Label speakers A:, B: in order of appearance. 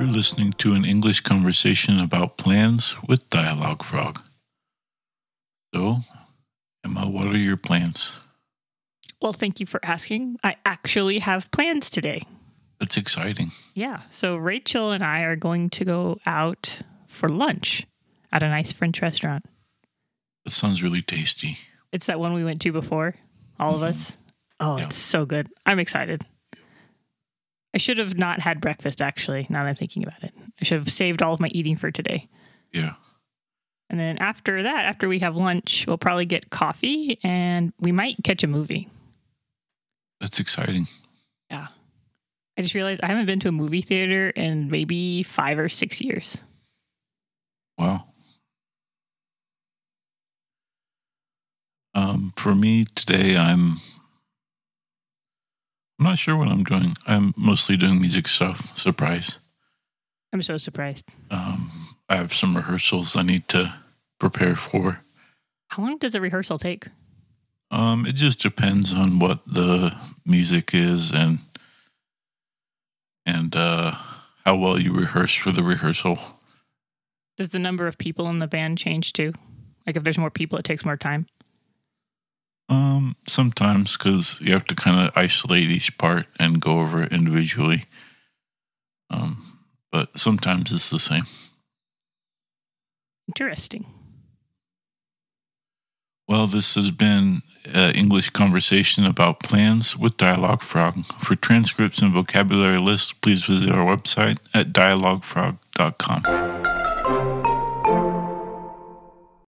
A: listening to an English conversation about plans with Dialogue Frog. So, Emma, what are your plans?
B: Well, thank you for asking. I actually have plans today.
A: That's exciting.
B: Yeah. So Rachel and I are going to go out for lunch at a nice French restaurant.
A: That sounds really tasty.
B: It's that one we went to before, all of us. Oh,
A: Yeah.
B: it's so good. I'm excited. I should have not had breakfast actually, now that I'm thinking about it. I should have saved all of my eating for today.
A: Yeah.
B: And then after that, after we have lunch, we'll probably get coffee and we might catch a movie.
A: That's exciting.
B: I just realized I haven't been to a movie theater in maybe five or six years.
A: Wow. Um, for me today, I'm I'm not sure what I'm doing. I'm mostly doing music stuff. Surprise.
B: I'm so surprised.
A: Um, I have some rehearsals I need to prepare for.
B: How long does a rehearsal take?
A: Um, it just depends on what the music is and and uh, how well you rehearse for the rehearsal.
B: Does the number of people in the band change too? Like if there's more people, it takes more time.
A: Um, sometimes because you have to kind of isolate each part and go over it individually. Um, but sometimes it's the same.
B: Interesting.
A: Well, this has been an English conversation about plans with Dialogue Frog. For transcripts and vocabulary lists, please visit our website at dialoguefrog.com.